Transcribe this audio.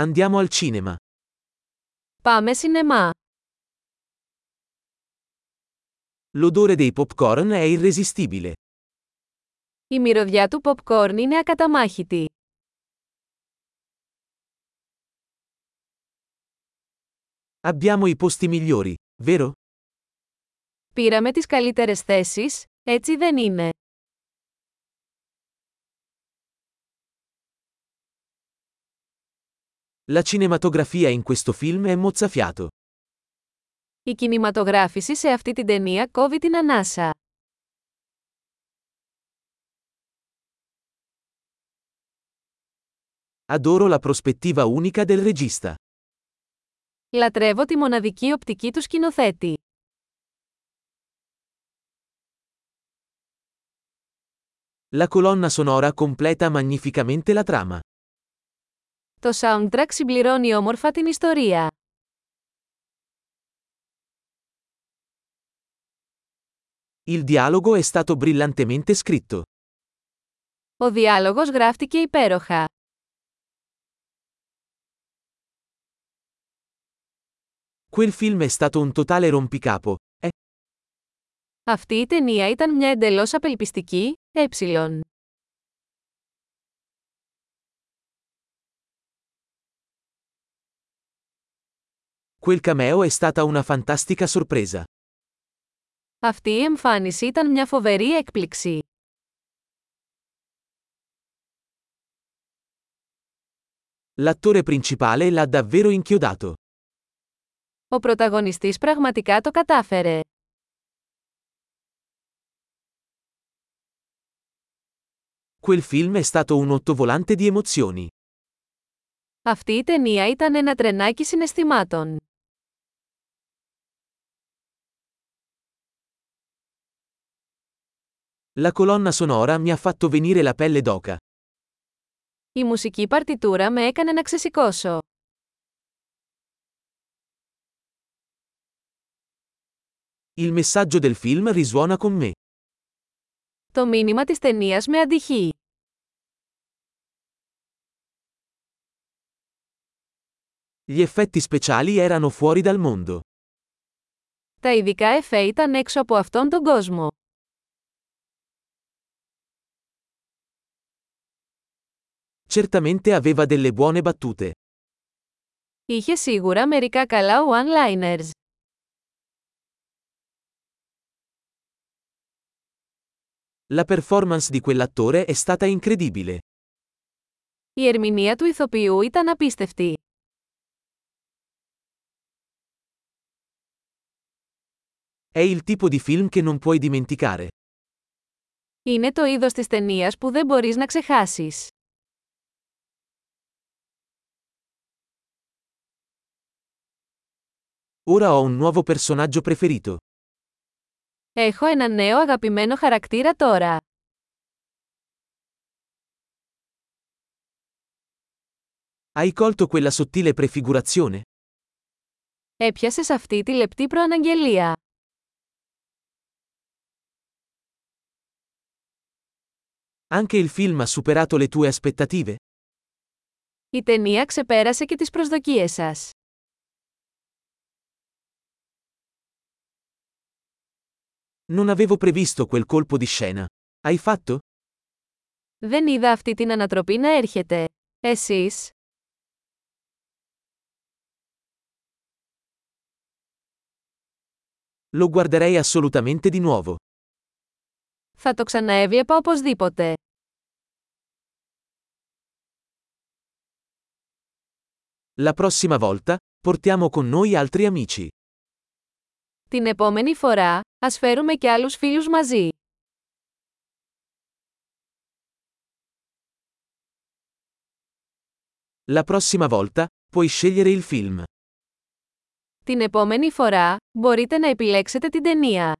Andiamo al cinema. Πάμε σινεμά. L'odore dei popcorn è irresistibile. Η μυρωδιά του popcorn είναι ακαταμάχητη. Abbiamo i posti migliori, vero? Πήραμε τις καλύτερες θέσεις, έτσι δεν είναι. La cinematografia in questo film è mozzafiato. Η κινηματογράφηση σε αυτή την ταινία κόβει την ανάσα. Adoro la prospettiva unica del regista. Λατρεύω τη μοναδική οπτική του σκηνοθέτη. La colonna sonora completa magnificamente la trama. Το soundtrack συμπληρώνει όμορφα την ιστορία. Il dialogo è stato brillantemente scritto. Ο διάλογος γράφτηκε υπέροχα. Quel film è stato un totale rompicapo. Eh, Αυτή η ταινία ήταν μια εντελώς απελπιστική, ε. quel cameo è stata una fantastica sorpresa. Αυτή η εμφάνιση ήταν μια φοβερή έκπληξη. L'attore principale l'ha davvero inchiodato. Ο πρωταγωνιστής πραγματικά το κατάφερε. Quel film è stato un ottovolante di emozioni. Αυτή η ταινία ήταν ένα τρενάκι συναισθημάτων. La colonna sonora mi ha fatto venire la pelle d'oca. Η μουσική παρτιτούρα με έκανε να ξεσηκώσω. Il messaggio del film risuona con me. Το μήνυμα της ταινίας με αντυχεί. Gli effetti speciali erano fuori dal mondo. Τα ειδικά εφέ ήταν έξω από αυτόν τον κόσμο. Certamente aveva delle buone battute. Είχε σίγουρα μερικά καλά one-liners. La performance di quell'attore è stata incredibile. Η ερμηνεία του ηθοποιού ήταν απίστευτη. È il tipo di film che non puoi dimenticare. Είναι το είδος της ταινίας που δεν μπορείς να ξεχάσεις. Ora ho un nuovo personaggio preferito. Έχω ένα νέο αγαπημένο χαρακτήρα τώρα. Hai colto quella sottile prefigurazione? Έπιασες αυτή τη λεπτή προαναγγελία. Anche il film ha superato le tue aspettative? Η ταινία ξεπέρασε και τις προσδοκίες σας. Non avevo previsto quel colpo di scena. Hai fatto? Δεν είδα αυτή την ανατροπή να έρχεται. Εσείς, Lo guarderei assolutamente di nuovo. θα το ξαναέβλεπα οπωσδήποτε. La prossima volta, portiamo con noi altri amici. Την επόμενη φορά, ας φέρουμε και άλλους φίλους μαζί. La prossima volta, puoi scegliere il film. Την επόμενη φορά, μπορείτε να επιλέξετε την ταινία.